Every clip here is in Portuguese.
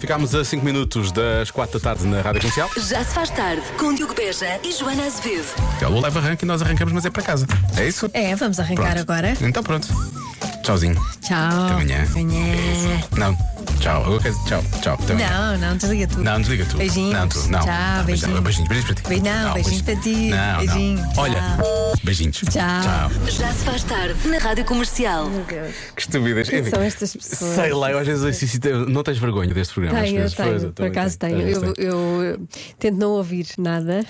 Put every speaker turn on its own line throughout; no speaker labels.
Ficámos a 5 minutos das 4 da tarde na Rádio Comercial.
Já se faz tarde com Diogo Beja e Joana Azevedo.
É o leve arranque e nós arrancamos, mas é para casa. É isso?
É, vamos arrancar
Pronto.
agora.
Então pronto. Tchauzinho.
Tchau.
Oh,
Até amanhã. É
Amanhã.
Não. Tchau. Agora quero dizer tchau. Tchau. Até amanhã.
Não, não, desliga tudo.
Não, desliga tu.
Beijinhos.
Não, tu. Não.
Tchau,
não,
beijinhos.
Beijinhos. Beijinhos para ti.
Beijo- não, beijinhos para ti.
Não, não.
Beijinho.
Olha.
Tchau.
Beijinhos.
Tchau.
Tchau.
Já se faz tarde na Rádio Comercial.
Que estupidez.
Quem
Enfim,
são estas pessoas?
Sei lá, eu às vezes assisto- não tens vergonha deste programa. às
Tenho,
vezes. Pois,
tenho, por
também
acaso tenho.
Às vezes
Eu, eu, eu tento não ouvir nada.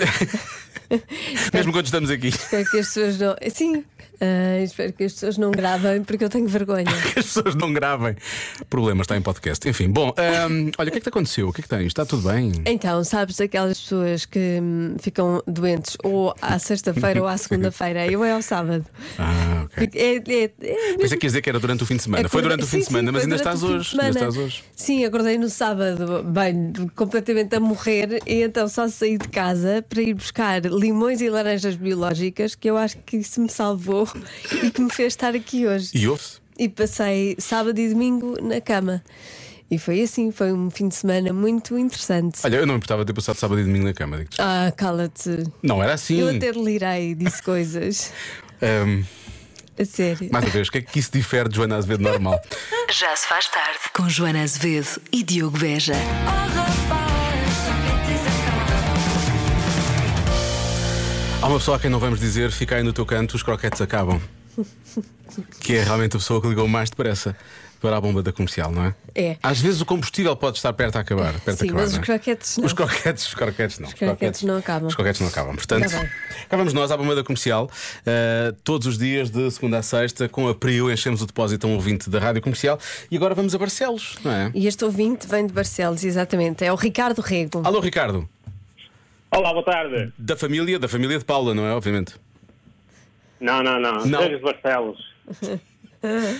Mesmo quando estamos aqui,
espero que as pessoas não. Sim, ah, espero que as pessoas não gravem porque eu tenho vergonha.
que as pessoas não gravem. Problemas está em podcast. Enfim, bom, ahm, olha, o que é que te aconteceu? O que é que tens? Está tudo bem?
Então, sabes aquelas pessoas que hum, ficam doentes ou à sexta-feira ou à segunda-feira, eu é ao sábado.
Ah, ok.
Porque É, é, é
Pensei que ias dizer que era durante o fim de semana. Foi
Acordei-
durante o fim
É Sim,
de semana,
sim,
mas
foi
ainda
durante
estás,
o fim de
hoje. ainda
semana.
estás hoje.
Sim, acordei no sábado, bem, completamente a morrer, e então só saí de casa para ir buscar limões e laranjas biológicas, que eu acho que isso me salvou e que me fez estar aqui hoje.
E ouve-se?
E passei sábado e domingo na cama. E foi assim, foi um fim de semana muito interessante.
Olha, eu não me importava de ter passado sábado e domingo na cama. digo-te.
Ah, cala-te.
Não era assim.
Eu até delirei, disse coisas.
Ahm,
A sério.
mais uma vez, o que é que isso difere de Joana Azevedo normal?
Já se faz tarde com Joana Azevedo e Diogo Beja.
Há uma pessoa a quem não vamos dizer, fica aí no teu canto, os croquetes acabam. Que é realmente a pessoa que ligou mais depressa para a bomba da comercial, não é?
É.
Às vezes o combustível pode estar perto a acabar. Perto
Sim,
a acabar,
mas
não é?
os croquetes não.
Os croquetes, os croquetes não. Os
croquetes não acabam.
Os croquetes não acabam. Portanto,
Tá bem.
cá vamos nós à bomba da comercial. eh, todos os dias, de segunda a sexta, com a Priu, enchemos o depósito a um ouvinte da rádio comercial. E agora vamos a Barcelos, não é?
E este ouvinte vem de Barcelos, exatamente. É o Ricardo Rego.
Alô, Ricardo.
Olá, boa tarde.
Da família, da família de Paula, não é? Obviamente.
Não, não, não.
Não.
Sérgio de Barcelos.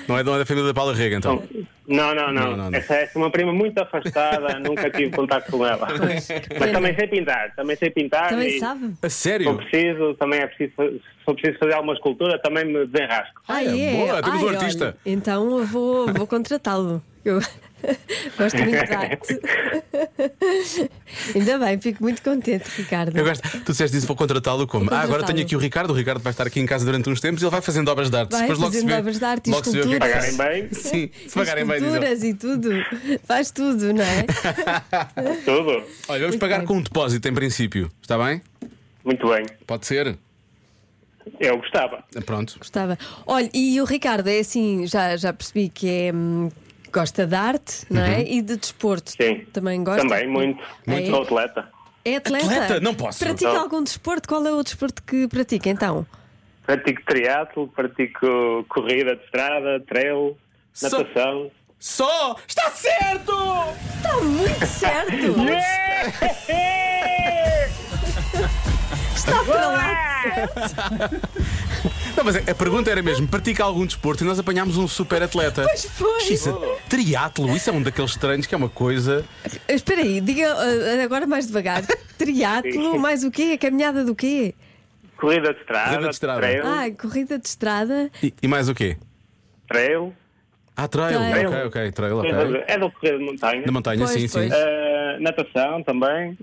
Não é, não é da família da Paula Rega, então.
Não, não, não.
Não, não, não.
Essa é uma prima muito afastada, nunca tive contato com ela. Mas também sei pintar, também sei pintar.
Também
e
sabe?
A sério?
se eu preciso, também é preciso, se eu preciso fazer alguma escultura, também me desenrasco.
Ah,
Olha, boa, temos um artista.
olha, então eu vou, vou contratá-lo. Eu gosto muito de arte. Ainda bem, fico muito contente, Ricardo.
Eu gosto. Tu disseste isso, vou contratá-lo como?
Vou
Ah, agora
contratá-lo.
tenho aqui o Ricardo. O Ricardo vai estar aqui em casa durante uns tempos e ele vai fazendo obras de arte.
Vai
Depois logo se
fazendo
vê-
obras de arte e
logo se vê o que é que faz.
esculturas.
Pagarem bem,
Sim, se
Faz
pagarem bem, diz ele.
esculturas e tudo. Faz tudo, não é?
tudo.
Olha, vamos
Muito
pagar
bem.
com um depósito em princípio. Está bem?
Muito bem.
Pode ser?
Eu gostava.
Pronto.
Gostava. Olha, e o Ricardo é assim, já, já percebi que é. hum, Gosta de arte, não
Uhum.
é? E de desporto.
Sim.
Também gosta.
Também, muito.
Muito.
Sou atleta.
É atleta?
Atleta? Não posso.
Pratica
Não.
algum desporto? Qual é o desporto que pratica então?
Pratico triatlo, pratico corrida de estrada, trail,
Só-
natação.
Só! Está certo!
Está Tá muito certo! Está para lá!
Não, mas a a pergunta era mesmo: pratica algum desporto e nós apanhámos um super atleta.
Pois foi.
Xisa, triatlo, isso é um daqueles treinos que é uma coisa.
Espera aí, diga ah, agora mais devagar. Triatlo, mais o quê? A caminhada do quê?
Corrida de estrada,
Corrida de estrada.
trail,
Ah, corrida de estrada.
E, e mais o quê?
trail.
Ah, trail.
Trail.
Ok, ok, trail, ok.
É do correr de montanha.
Na montanha,
Pois,
sim, sim.
pois.
Eh, natação também.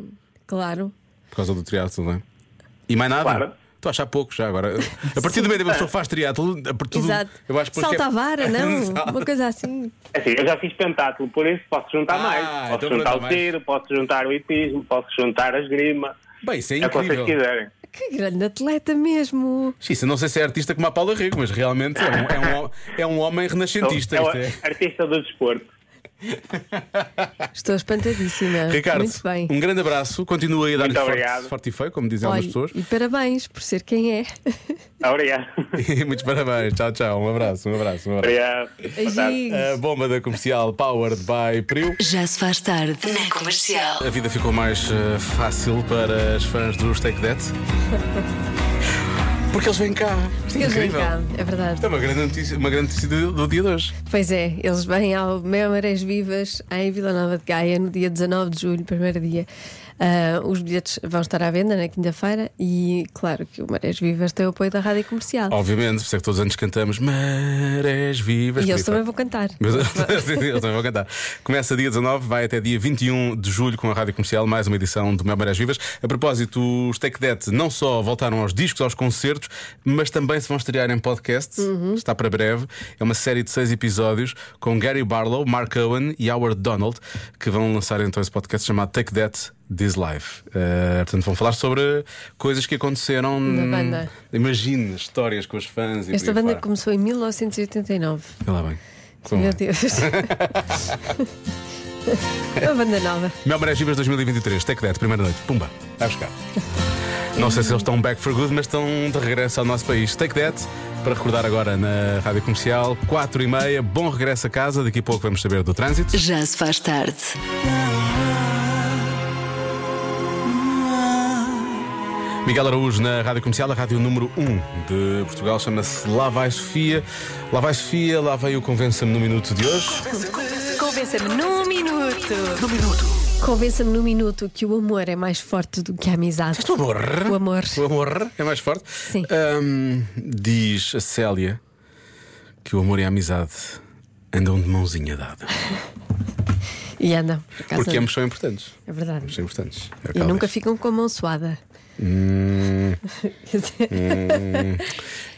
Claro.
Por causa do triatlo, não é? E mais nada?
Claro.
Estou a achar pouco já agora. A partir do momento em que a pessoa faz triatlo, a partir do-
Exato.
eu acho que porque-
Salta a vara, não?
Exato.
Uma coisa assim.
É Assim, eu já fiz pentáculo, por isso posso juntar
Ah,
mais. Posso
então
juntar
pronto,
o
mais.
tiro, posso juntar o hipismo, posso juntar a esgrima.
Bem, isso é
É o que vocês
incrível.
quiserem.
Que grande atleta mesmo.
Xisa, não sei se é artista como a Paula Rico, mas realmente é um, é um ho- é um homem renascentista.
Então,
isto
é
é.
o artista do desporto.
Estou espantadíssima.
Ricardo,
Ah, Muito bem.
um grande abraço. Continua aí a dar-lhe
Muito
forte,
obrigado.
forte e feio, como dizem
Olha,
algumas pessoas.
e parabéns por ser quem é.
Obrigado.
E Muitos parabéns. Tchau, tchau. Um abraço, um abraço, um abraço.
Obrigado. Boa tarde.
Beijinhos.
A bomba da comercial Powered by Priu.
Já se faz tarde na Comercial.
A vida ficou mais eh, fácil para as fãs dos Take That. Porque eles vêm cá. Isto é
Eles vêm
incrível.
cá, é verdade.
É uma grande notícia, uma grande notícia do, do dia de hoje.
Pois é, eles vêm ao Meia Marés Vivas em Vila Nova de Gaia no dia 19 de julho, primeiro dia. Ah, os bilhetes vão estar à venda na quinta-feira e, claro, que o Marés Vivas tem o apoio da Rádio Comercial.
Obviamente, por isso é que todos os anos cantamos Marés Vivas.
e eles
Por aí
também vão cantar.
Mas Sim, eles também vão cantar. Começa dia 19, vai até dia 21 de julho com a Rádio Comercial, mais uma edição do Mel Marés Vivas. A propósito, os Take That não só voltaram aos discos, aos concertos, mas também se vão estrear em podcast.
Uhum.
Está para breve. É uma série de seis episódios com Gary Barlow, Mark Owen e Howard Donald, que vão lançar então esse podcast chamado Take That. This Life. Eh, portanto, vão falar sobre coisas que aconteceram
Na
hum,
banda.
Imagine histórias com os fãs e
Esta
por aí
banda
fora.
começou em 1989.
Olha lá bem. Como é?
Meu Deus. Uma banda nova.
Mel Marés Vivas 2023, Take That, primeira noite, pumba, vai buscar. Não sei se eles estão back for good, mas estão de regresso ao nosso país. Take That, para recordar agora na rádio comercial, 4 e meia, bom regresso a casa, daqui a pouco vamos saber do trânsito.
Já se faz tarde.
Miguel Araújo na rádio comercial, a rádio número 1 de Portugal, chama-se Lá Vai Sofia. Lá Vai Sofia, lá vai o Convença-me no Minuto de hoje.
Convença-me
Um
num minuto.
Convença-me num minuto que o amor é mais forte do que a amizade.
é O amor.
O amor.
O amor é mais forte.
Sim.
Ahm, diz a Célia que o amor e a amizade andam de mãozinha dada.
E andam. por acaso
Porque ambos são importantes.
É verdade.
Ambos são importantes. É o que
E
ela
nunca
diz.
ficam com a mão suada.
Hum.
Quer dizer,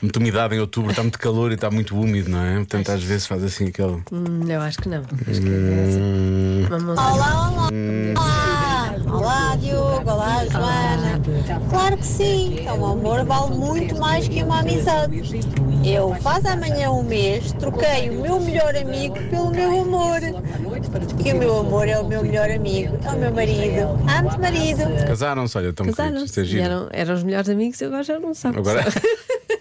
Muita umidade em outubro, está muito calor e está muito úmido, não é? Portanto, às vezes faz assim aquele.
hum, eu acho que não. Acho que é assim.
Hum.
Uma mão suada.
Olá, olá. Olá, olá, Diogo, olá, Joana. Claro que sim, então, o amor vale muito mais que uma amizade. Eu faz amanhã um mês, troquei o meu melhor amigo pelo meu amor. E o meu amor é o meu melhor amigo, é o meu marido. Amo-te, marido.
Casaram-se, olha, estão
Casaram-se. E eram, eram os melhores amigos, agora já não sabem.
é Agora...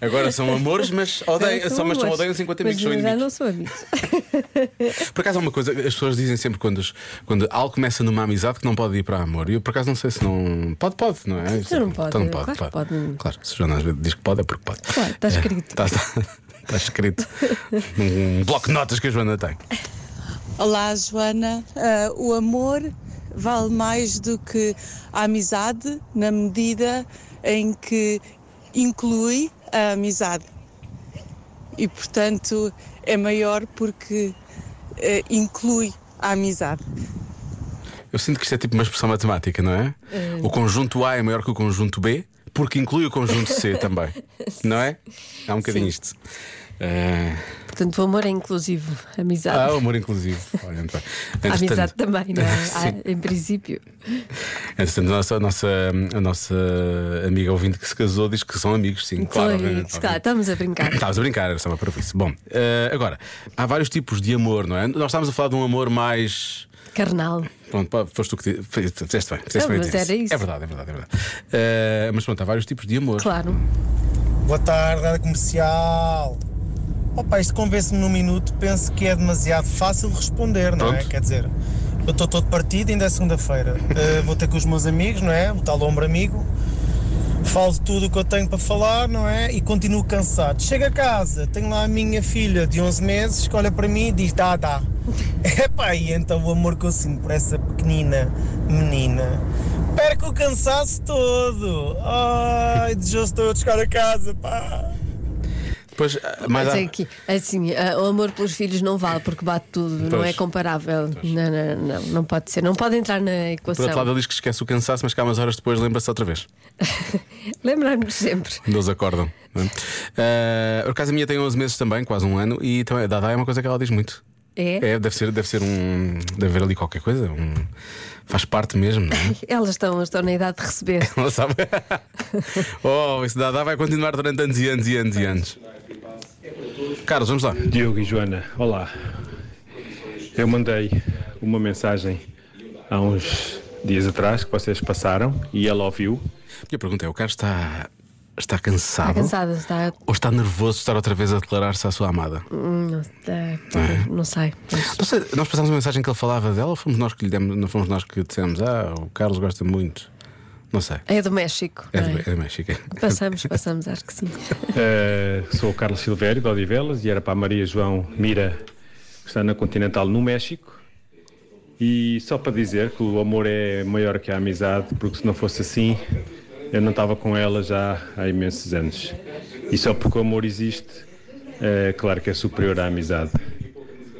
Agora são amores, mas odeiam, são, mas são
amores.
odeiam 50
Mas
amigos, são
Já
inimigos.
não são amigos. Ah,
Por acaso há uma coisa, as pessoas dizem sempre quando, as- quando algo começa numa amizade que não pode ir para amor. E eu por acaso não sei se não. Pode, pode, não é?
Não, não pode.
Então não pode,
Claro que pode.
Claro, se o Joana às vezes diz que pode, é porque pode.
Claro, está escrito.
Está está escrito num bloco de notas que a Joana tem.
Olá, Joana. Ah, o amor vale mais do que a amizade, na medida em que inclui a amizade. E, portanto, é maior porque eh, inclui a amizade.
Eu sinto que isto é tipo uma expressão matemática, não é? O conjunto A é maior que o conjunto B, porque inclui o conjunto C também. Não é? Há um bocadinho
Sim.
isto. Eh,
Portanto, o amor é inclusivo. Amizade.
Ah, o amor inclusivo. Olha, muito bem.
A
Entretanto-
amizade também, não é?
Sim.
Ah, em princípio.
Entretanto, a nossa, a, nossa, a nossa amiga ouvinte que se casou diz que são amigos, sim.
São
claro,
amigos,
obviamente, obviamente.
claro, Então, estamos a brincar.
Estavas a brincar, era só uma isso. Bom, eh, agora, há vários tipos de amor, não é? Nós estávamos a falar de um amor mais.
Carnal.
Pronto, pá, foste tu que te- fizeste bem. Fizeste
Não,
bem
mas
dizer
era isso.
É verdade, é verdade, é verdade. Eh, mas pronto, há vários tipos de amor.
Claro.
Boa tarde, área comercial. Opa, isto convence-me num minuto, penso que é demasiado fácil responder, não é?
Pronto.
Quer dizer, eu estou todo partido, ainda é segunda-feira. Eh, vou ter com os meus amigos, não é? O tal ombro amigo. Falo de tudo o que eu tenho para falar, não é? E continuo cansado. Chego a casa, tenho lá a minha filha de 11 meses que olha para mim e diz: dá, dá. Epá, e então o amor que eu sinto por essa pequenina menina. Perco o cansaço todo. Ai, desejoso estou a chegar a casa, pá.
Depois, ah, mais
Mas
há-
é que, assim, ah, o amor pelos filhos não vale porque bate tudo, não
Pois.
é comparável. Não, não, não, não pode ser. Não pode entrar na
Por outro lado,
equação.
ele diz que esquece o cansaço, mas cá umas horas depois lembra-se outra vez.
Lembrar-nos sempre.
Quando eles acordam. não é? Eh, por acaso a minha tem 11 meses também, quase um ano, e então, é, Dada é uma coisa que ela diz muito.
É?
É, deve ser, deve ser um. Deve haver ali qualquer coisa. um- faz parte mesmo, não é?
Elas estão, estão na idade de receber.
Não sabe? oh, isso dá, dá, vai continuar durante anos e anos e anos e anos. Carlos, vamos lá.
Diogo e Joana, olá. Eu mandei uma mensagem há uns dias atrás que vocês passaram e ela ouviu.
E a pergunta é: o Carlos está, está cansado?
Está cansada, está.
Ou está nervoso de estar outra vez a declarar-se à sua amada?
hum, Não, está-
é?
não sei. Mas-
Não sei, nós passámos uma mensagem que ele falava dela ou fomos nós que lhe demos, não fomos nós que dissemos, ah, o Carlos gosta muito. Não sei.
É do México.
É
não
do,
é?
é do México. é.
Passamos, passamos, acho que sim.
Eh, sou o Carlos Silvério, de Odivelas, e era para a Maria João Mira, que está na Continental, no México. E só para dizer que o amor é maior que a amizade, porque se não fosse assim, eu não estava com ela já há imensos anos. E só porque o amor existe, é claro que é superior à amizade.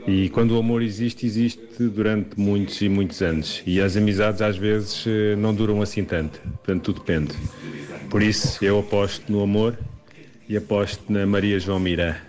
E quando o amor existe, existe durante muitos e muitos anos. E as amizades às vezes eh, não duram assim tanto. Portanto, tudo depende. Por isso, eu aposto no amor e aposto na Maria João Mira.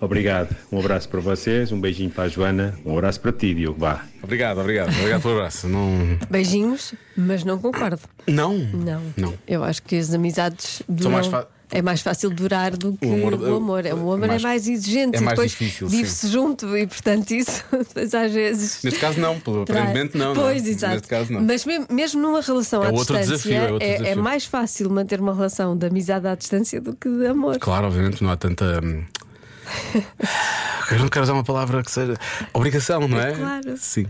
Obrigado. Um abraço para vocês, um beijinho para a Joana, um abraço para ti, Diogo. Vá.
Obrigado, obrigado, obrigado pelo abraço. Não.
Beijinhos, mas não concordo.
Não?
Não.
Não.
Eu acho que as amizades duram.
mais fa-
É mais fácil durar do que o
amor-
amor. O amor, é mais,
mais-
exigente
é
e
mais
depois
difícil,
vive-se junto e, portanto, isso depois às vezes.
Neste caso, não. pelo-
Trai.
Aparentemente, não. não é?
Pois, exato.
Neste caso, não.
Mas mesmo, mesmo numa relação
É
à
outro
distância,
desafio, é outro desafio.
mais fácil manter uma relação de amizade à distância do que de amor.
Claro, obviamente não há tanta. hum, Eu não quero usar uma palavra que seja obrigação, não é?
Claro.
Sim.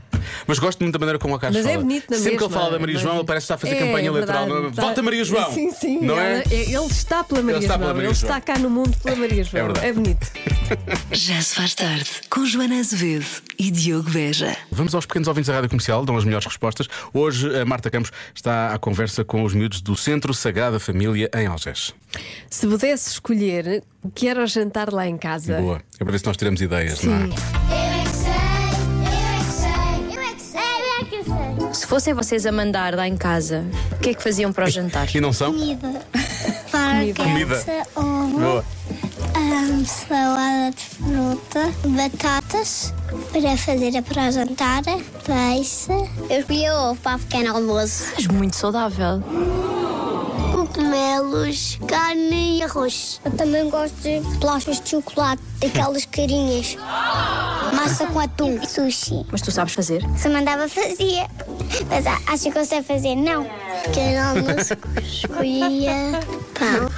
Mas gosto muito da maneira como a Carlos
Mas é
fala.
bonito na
Sempre que ele
mesma,
fala da Maria
mas-
João, ele parece que está a fazer
É,
campanha
é
eleitoral.
verdade,
Não é?
está-
Vota Maria João!
Sim, sim.
Não
ela-
é?
Ele está pela Maria
está
João.
pela Maria
ele
João.
está cá no mundo pela Maria João.
verdade.
é bonito.
Já se faz tarde com Joana Azevedo e Diogo Veja.
Vamos aos pequenos ouvintes da rádio comercial, dão as melhores respostas. Hoje a Marta Campos está à conversa com os miúdos do Centro Sagrada Família em Algés.
Se pudesse escolher o que era o jantar lá em casa,
Boa. É para ver se nós tiramos ideias, não é?
Se fossem vocês a mandar lá em casa, o que é que faziam para o jantar?
E não são?
Comida. Farqueça,
Comida.
ovo,
Boa.
ahm, salada de fruta, batatas para fazer para o jantar, peixe. Eu escolhi ovo para o pequeno almoço.
Mas muito saudável.
Cogumelos, carne e arroz. Eu também gosto de bolachas de chocolate, daquelas carinhas. Massa com atum. Sushi.
Mas tu sabes fazer?
Se mandava, fazia. Mas a- acha que eu sei fazer? Não. Pequeno almoço, escolhia pão.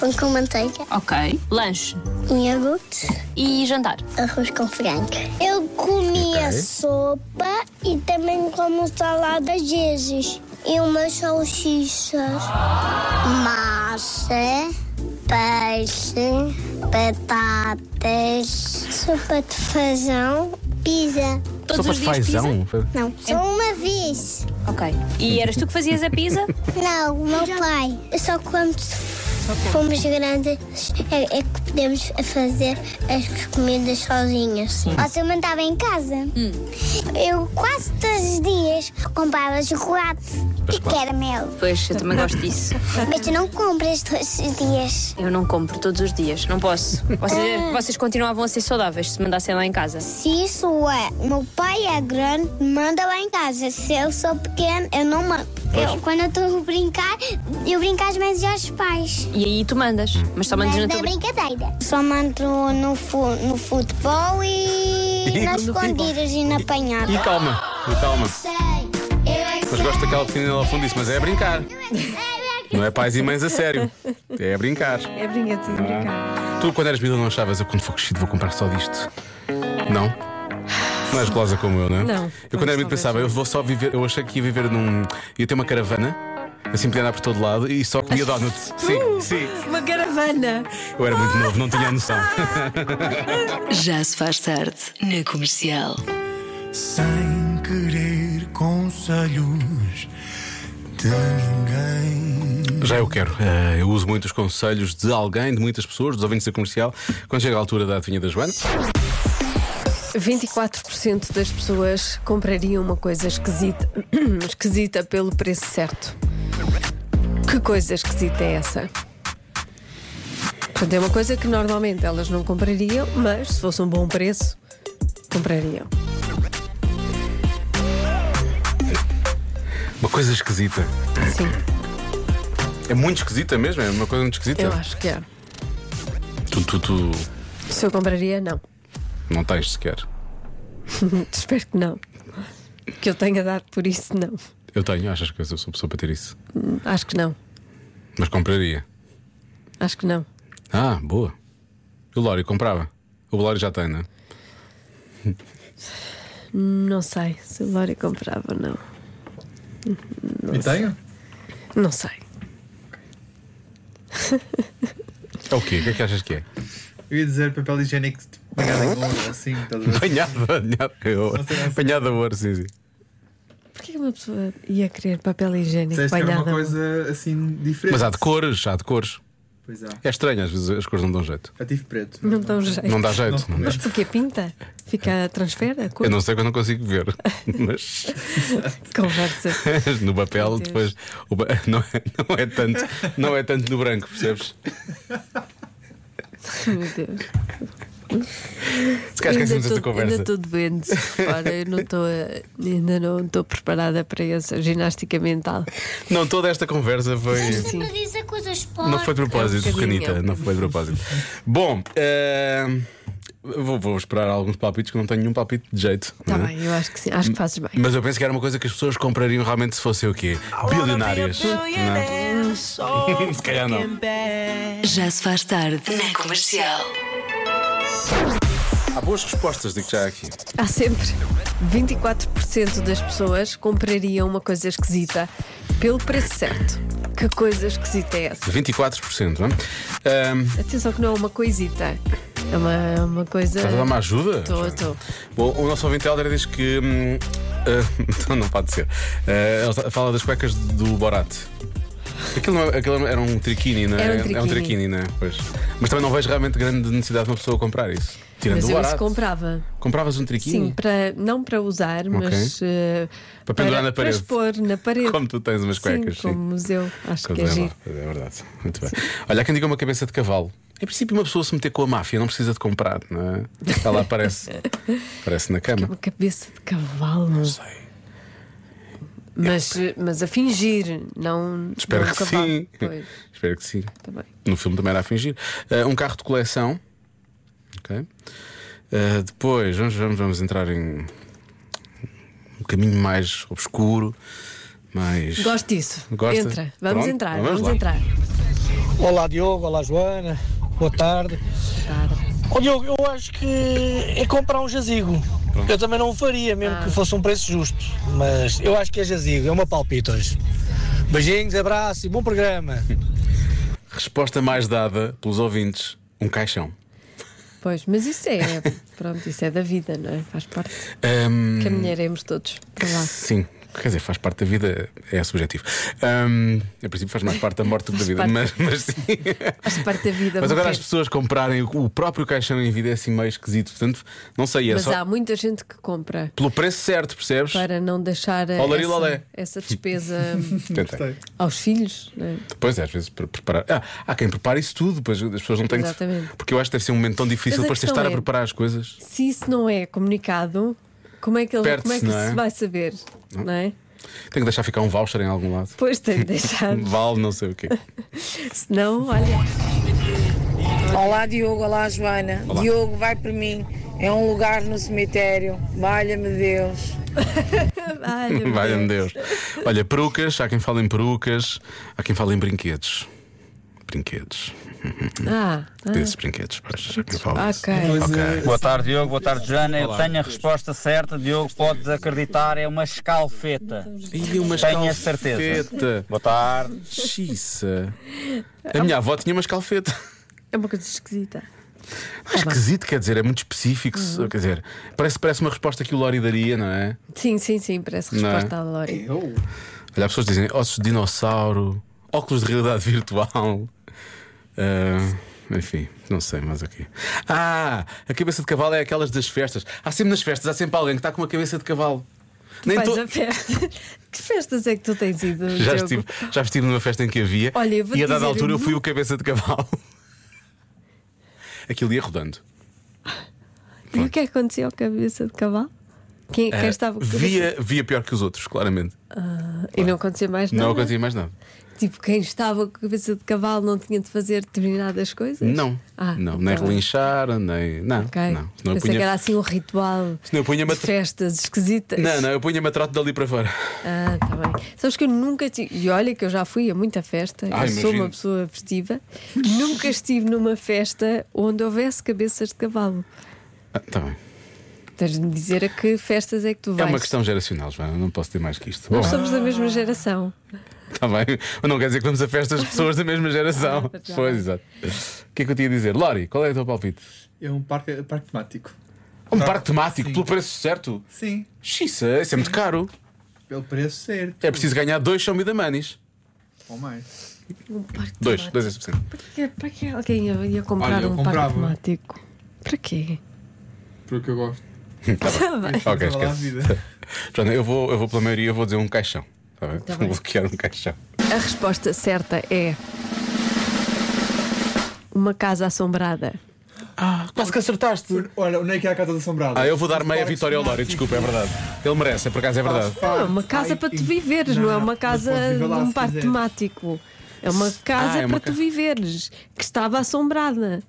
Pão com manteiga, Um
Ok. Lanche
iogurte,
e jantar.
arroz com frango. Eu comia sopa e também como salada às vezes. E umas salsichas. Massa, peixe, batatas, sopa de fazão, pizza.
Todos
Sopa
os
de
dias pizza?
fazão?
Não, só uma vez.
Ok. E eras tu que fazias a pizza?
Não, o meu pai. Só quando fomos grandes é, é que podemos fazer as comidas sozinhas. Ou se eu mandava em casa.
Hum.
Eu quase todos os dias comprava chocolate e caramelo.
Pois, eu também gosto disso.
Mas tu não compras todos os dias.
Eu não compro todos os dias, não posso. Ou
Ah.
seja, vocês continuavam a ser saudáveis se mandassem lá em casa.
Se isso é, meu pai é grande, manda lá em casa. Se eu sou pequeno, eu não mando. Eu, quando eu estou a brincar, eu brinco às vezes aos pais.
E aí tu mandas, mas só mandas
Mas
na
da
tua brin-
brincadeira. Só mando no, fu- no futebol e, nas escondidas e na apanhada.
E calma, e calma. Mas gosto daquela pequenina lá ao fundo disso, mas é a brincar. Não é pais e mães a sério. É a brincar.
é brincadeira de brincar.
Tu, quando eras miúdo, não achavas, eu quando for crescido vou comprar só disto? Não? Não és golosa como eu, não é?
Não.
Eu, quando era miúdo,
Talvez.
pensava, eu vou só viver, eu achei que ia viver num. ia ter uma caravana, assim podia andar por todo lado e só comia donuts. Sim, sim.
Uma caravana.
Eu era muito novo, não tinha noção.
Já se faz tarde na comercial.
Sem querer conselhos de ninguém.
Já eu quero. Eh, eu uso muito os conselhos de alguém, de muitas pessoas, dos ouvintes da comercial, quando chega a altura da adivinha da Joana.
24% das pessoas comprariam uma coisa esquisita, esquisita pelo preço certo. Que coisa esquisita é essa? Portanto, é uma coisa que normalmente elas não comprariam, mas se fosse um bom preço, comprariam.
Uma coisa esquisita.
Sim,
É muito esquisita mesmo, é uma coisa muito esquisita.
eu acho é. que é.
Tu, tu, tu
Se eu compraria, não.
não tens sequer.
Espero que não. Que eu tenha dado por isso, não.
Eu tenho, achas que eu sou pessoa para ter isso?
Acho que não.
Mas compraria.
Acho que não.
Ah, boa. O Lório comprava. O Lório já tem, não é?
Não sei se o Lória comprava ou não.
E tenho?
Não sei.
É o quê? O que é que achas que é?
Eu ia dizer papel higiênico de banhada em ouro, assim, estás a ver?
Banhada, banhada a ouro. Banhada a ouro, sim, sim.
Porquê que uma pessoa ia querer papel higiênico
Disseste que era uma
banhado?
coisa assim diferente.
Mas há de cores, há de cores.
Pois há.
É estranho, às vezes as cores não dão jeito.
Já tive preto.
Não dá um jeito.
Não dá jeito. Não dá.
Mas porquê pinta? Fica transfere a cor?
Eu não sei que eu não consigo ver, mas
Conversa.
no papel
Meu Deus.
depois o ba- não, é, não é tanto, não é tanto no branco, percebes?
Meu Deus.
Se calhar
Ainda
esquecemos esta
tô- Ainda
conversa.
estou doente, repara, eu não estou ainda não estou preparada para essa ginástica mental.
Não, toda esta conversa foi.
Sempre diz a coisas porcas.
Não foi de propósito, Renita, não foi de propósito. Bom, eh, vou, vou esperar alguns palpites que não tenho nenhum palpite de jeito.
Está
não é?
Tá bem, eu acho que sim, acho que fazes bem.
Mas eu penso que era uma coisa que as pessoas comprariam realmente se fosse o quê? Bilionárias. não é? Se calhar não.
Já se faz tarde na comercial.
Há boas respostas, digo já aqui.
Há sempre 24% das pessoas comprariam uma coisa esquisita pelo preço certo. Que coisa esquisita é essa?
24%, não é? Ahm,
Atenção que não é uma coisita, é uma, é uma coisa.
Estás a dar-me ajuda?
Estou, estou.
Bom, o nosso ouvinte Helder diz que. hum, ah, não pode ser. Ah, ele tá- fala das cuecas do Borat. Aquilo, não é- aquilo era um triquini, não é?
Era um
É um
triquini.
triquini, não é? Pois. Mas também não vejo realmente grande necessidade de uma pessoa comprar isso. Tirando
Mas
o
eu isso
Borat.
comprava.
Compravas um triquini?
Sim, para, não para usar, mas eh,
Para pendurar na parede.
Para expor na parede.
Como tu tens umas cuecas,
sim,
sim.
como museu. Acho
Pois
que é
é,
giro.
pois é verdade. Muito bem. Olha, há quem diga uma cabeça de cavalo. Em princípio, uma pessoa se meter com a máfia não precisa de comprar, não é? Ela aparece, aparece na cama.
Uma cabeça de cavalo. Não
sei.
Mas, mas a fingir, não.
Espero
não um
que
cavalo.
sim.
Pois, tá
Espero que sim.
também.
No filme também era a fingir. Ah, um carro de coleção. Ok. Ah, depois, vamos, vamos, vamos entrar em um caminho mais obscuro. Mais.
Gosto disso.
Gosta?
Entra. Vamos
Pronto,
entrar,
vamos
vamos,
lá.
entrar.
Olá Diogo, olá Joana, boa tarde. Ó Diogo, eu acho que é comprar um jazigo. Eu também não o faria, mesmo que fosse um preço justo. Mas eu acho que é jazigo, é uma palpita hoje. Beijinhos, abraço e bom programa.
Resposta mais dada pelos ouvintes: um caixão.
Pois, mas isso é. Pronto, isso é da vida, não é? Faz parte.
Ahm,
Caminharemos todos para lá.
Um, Sim, quer dizer, faz parte da vida, é subjetivo. Ahm, em princípio, faz mais parte da morte do que da vida,
parte.
mas, mas sim.
Faz parte da vida.
Mas agora as
morrer.
pessoas comprarem o- o próprio caixão em vida é assim meio esquisito, portanto, não sei, é
Mas
só
há muita gente que compra
pelo preço certo, percebes?
para não deixar eh,
Olari,
essa,
olé.
essa despesa
Tentei.
aos filhos. não é?
Depois, às vezes, para preparar. Ah, há quem prepara isso tudo, depois as pessoas não têm que-
Exatamente.
Porque eu acho que deve ser um momento tão difícil
Mas a
para se
questão
estar a
é-
preparar as coisas.
Se isso não é comunicado, como é que, ele,
Perde-se,
como é que
não é?
se vai saber? Não é?
Tem que deixar ficar um voucher em algum lado.
Pois tem de deixar.
Um vale, não sei o quê.
Senão, olha.
Olá Diogo, olá Joana.
Olá.
Diogo, vai por mim. É um lugar no cemitério. Valha-me Deus.
Valha-me Deus. Olha, perucas, há quem fala em perucas, há quem fala em brinquedos. Brinquedos.
Ah,
Desses brinquedos, pois, há quem fala.
ok.
Boa tarde, Diogo. Boa tarde, Joana. Eu
Olá.
tenho a resposta certa, Diogo. Podes acreditar, é uma escalfeta.
E uma
tenho a certeza.
Escalfeta. Boa tarde. Xiça. A minha avó tinha uma escalfeta.
É uma coisa esquisita. Tá
Esquisito, quer dizer, é muito específico. se-
Uhum.
Quer dizer, parece, parece uma resposta que o Lori daria, não é?
Sim, sim, sim, parece
Não é?
resposta à Lori.
Olha, as pessoas dizem ossos de dinossauro, óculos de realidade virtual. Ah, enfim, não sei mais o quê. Ah, a cabeça de cavalo é aquelas das festas. Há sempre nas festas, há sempre alguém que está com uma cabeça de cavalo.
Tu vais a festas. que festas é que tu tens ido?
Já
Diogo?
estive, já estive numa festa em que havia
Olha, eu vou-te
e a dada
dizer,
altura
eu
eu fui o cabeça de cavalo. Aquilo ia rodando.
E o que é que acontecia ao cabeça de cavalo? Quem, quem
Ah,
estava com a cabeça?
via, via pior que os outros, claramente.
Ah, e não acontecia mais nada.
Não acontecia mais nada.
Tipo, quem estava com a cabeça de cavalo não tinha de fazer determinadas coisas?
Não.
Ah,
não,
então.
nem relinchar, nem. Não,
Ok.
não. Senão eu
Pensei que era
punha,
assim um ritual
senão eu punha-me a
de festas esquisitas.
Não, não, eu punha-me a trote dali para fora.
Ah, tá bem. Sabes que eu nunca tive. E olha que eu já fui a muita festa,
Ah,
eu sou
imagino.
uma pessoa festiva. nunca estive numa festa onde houvesse cabeças de cavalo.
Ah, tá bem.
Tens de me dizer a que festas é que tu
É
vais.
uma questão geracional, Joana, não posso ter mais que isto.
Nós
Bom,
somos da mesma geração.
tá bem. Mas não quer dizer que vamos a festas de pessoas da mesma geração.
Ah, tá
pois,
bem.
exato. O que é que eu tinha a dizer? Lori, qual é o teu palpite?
É um parque, parque temático.
Tá, Um parque temático, pelo preço certo?
Sim.
Xiça, isso é muito caro.
Pelo preço certo.
É preciso ganhar dois show me the manis.
Ou mais.
Um parque de
Dois,
tomate.
dois é suficiente.
Para que, para que alguém ia, ia comprar
Olha, eu
um parque
comprava.
automático? Para quê?
Porque eu gosto.
Tá bem.
Tá
ok,
bem.
esquece.
Vai lá, vida.
Joana, eu vou, eu vou pela maioria, eu vou dizer um caixão. Tá bem?
Tá
vou
bem.
bloquear um caixão.
A resposta certa é. Uma casa assombrada.
Ah, quase que acertaste.
Olha, onde é que é a casa assombrada?
Ah, eu vou dar meia vitória ao Lória, desculpa, é verdade. Ele merece, é por acaso é verdade.
Não, é uma casa para tu viveres, não, é uma casa de um parque temático. É uma casa
Ah, é uma
para
ca-
tu viveres, que estava assombrada.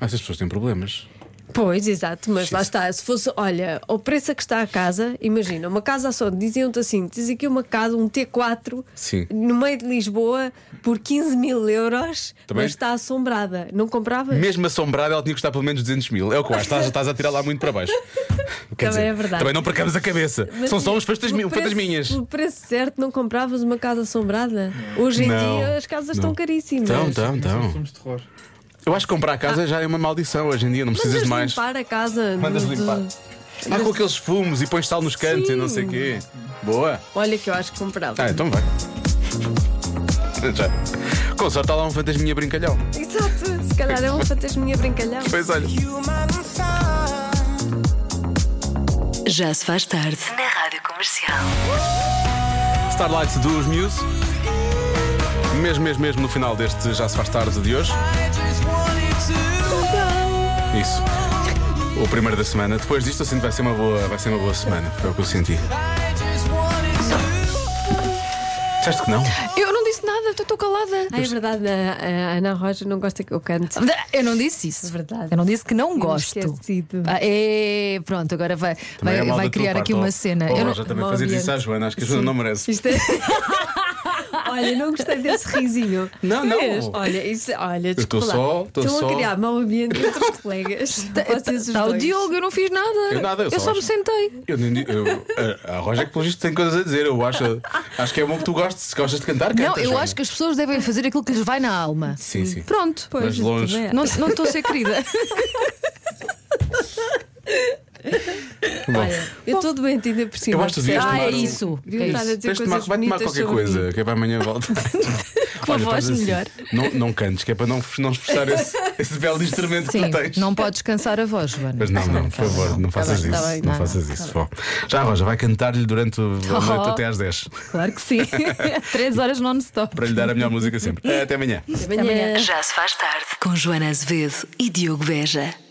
Ah, Essas pessoas têm problemas.
Pois, exato, mas lá está. Se fosse, olha, ao preço a que está a casa, imagina, uma casa só, diziam-te assim: diz aqui uma casa, um T4,
Sim.
no meio de Lisboa, por 15 mil euros,
Também?
mas está assombrada. Não compravas?
Mesmo assombrado, ela tinha que custar pelo menos 200 mil. É o que eu acho, estás, estás a tirar lá muito para baixo.
Também é verdade.
Também não percamos a cabeça.
Mas
São só
o-
uns fantasmi-
o preço-
fantasminhas.
O preço certo, não compravas uma casa assombrada? Hoje em
Não,
dia as casas
não. Então,
estão caríssimas. Ah.
Estão, estão, estão.
Somos terror.
Eu acho que comprar a casa já é uma maldição hoje em dia, não precisas de
Mandas
mais.
limpar a casa.
Mandas
do- do-
limpar. Ah, com aqueles fumos e pões sal nos cantos e não sei o quê. Boa.
Olha que eu acho que comprava.
Ah, então vai. Já. Com sorte está lá um fantasminha brincalhão.
Exato, se calhar é um fantasminha brincalhão.
Pois olha.
Já se faz tarde. Na Rádio Comercial.
Starlight dos Muse. Mesmo, mesmo, mesmo no final deste Já se faz tarde de hoje. Isso. O primeiro da semana. Depois disto, assim vai ser uma boa, vai ser uma boa semana. Foi o que eu senti. Disseste que não?
Eu não disse nada, estou- estou calada.
Ah, é verdade, a, a Ana Roja não gosta que eu cante.
Eu não disse isso.
Verdade.
É Eu não disse que não
Tinha-me
gosto.
esquecido.
Ah, é, pronto, agora vai, vai,
Também é mal
vai
da tua
criar
parte,
aqui
ó.
uma cena.
Ó,
Eu não-
Roja, também fazer isso à Joana, acho que a Joana não merece.
Isto é- Olha, não gostei desse risinho.
Não, não.
Mas, olha, isso, olha,
Eu tô
desculpa. lá.
só, tô
Estão
só.
a criar mau ambiente entre os colegas. Vocês os
Tá o
dois.
Diogo, eu não fiz nada.
Eu nada, eu só
só me
acho-
sentei.
Eu nem- eu- a a Roja é que pelo visto tem coisas a dizer. Eu acho, acho que é bom que tu gostes. Se gostas de cantar, canta.
não, eu
Joana.
acho que as pessoas devem fazer aquilo que lhes vai na alma.
Sim, sim.
Pronto,
Pois, Mas longe. também
Não
acho.
não estou a ser querida.
Bom.
Olha, eu estou doente ainda por cima.
Eu acho que devias
Ah,
tomar.
é
um-
isso.
Devias
É
Tens
isso.
de tomar, vai tomar qualquer coisa, que é para amanhã volta.
Com a
Olha,
voz
faz assim,
melhor.
Não, não cantes, que é para não, não esforçar esse, esse belo instrumento
Sim,
que tu tens.
não podes cansar a voz, Joana.
Mas não, não, por favor, não
Tá
faças
bem, tá
isso.
bem,
não
não,
faças
não,
isso. Bom, já a Roja vai cantar-lhe durante a noite
Oh.
até às 10,
Claro que sim. Três horas non-stop.
para lhe dar a melhor música sempre. Até amanhã.
Já se faz tarde. Com Joana Azevedo e Diogo Beja.